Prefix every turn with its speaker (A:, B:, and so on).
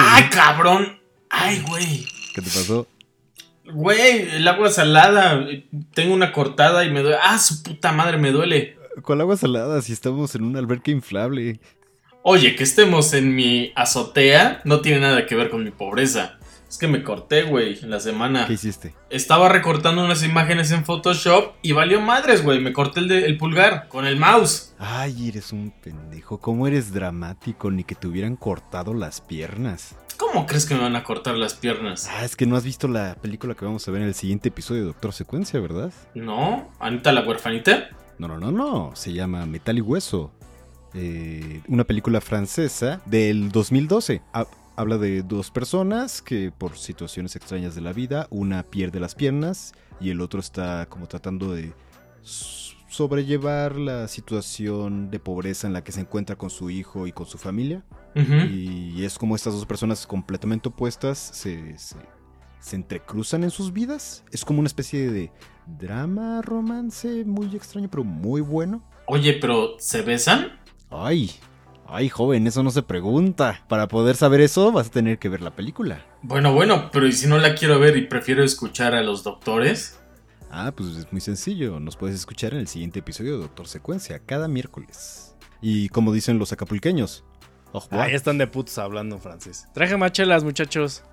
A: ¡Ay, cabrón! ¡Ay, güey!
B: ¿Qué te pasó?
A: Güey, el agua salada. Tengo una cortada y me duele. ¡Ah, su puta madre, me duele!
B: ¿Cuál agua salada si estamos en un alberca inflable?
A: Oye, que estemos en mi azotea no tiene nada que ver con mi pobreza. Es que me corté, güey, en la semana.
B: ¿Qué hiciste?
A: Estaba recortando unas imágenes en Photoshop y valió madres, güey. Me corté el, de- el pulgar con el mouse.
B: Ay, eres un pendejo. ¿Cómo eres dramático? Ni que te hubieran cortado las piernas.
A: ¿Cómo crees que me van a cortar las piernas?
B: Ah, es que no has visto la película que vamos a ver en el siguiente episodio de Doctor Secuencia, ¿verdad?
A: ¿No? ¿Anita la huerfanita?
B: No, no, no, no. Se llama Metal y Hueso. Eh, una película francesa del 2012. Ha- habla de dos personas que por situaciones extrañas de la vida, una pierde las piernas y el otro está como tratando de s- sobrellevar la situación de pobreza en la que se encuentra con su hijo y con su familia.
A: Ujú.
B: Y es como estas dos personas completamente opuestas se, se, se entrecruzan en sus vidas. Es como una especie de drama, romance muy extraño, pero muy bueno.
A: Oye, pero ¿se besan?
B: Ay, ay, joven, eso no se pregunta. Para poder saber eso, vas a tener que ver la película.
A: Bueno, bueno, pero ¿y si no la quiero ver y prefiero escuchar a los doctores?
B: Ah, pues es muy sencillo. Nos puedes escuchar en el siguiente episodio de Doctor Secuencia, cada miércoles. Y como dicen los acapulqueños, oh,
A: Ah,
C: Ahí están de putos hablando, Francis. Traje más chelas, muchachos.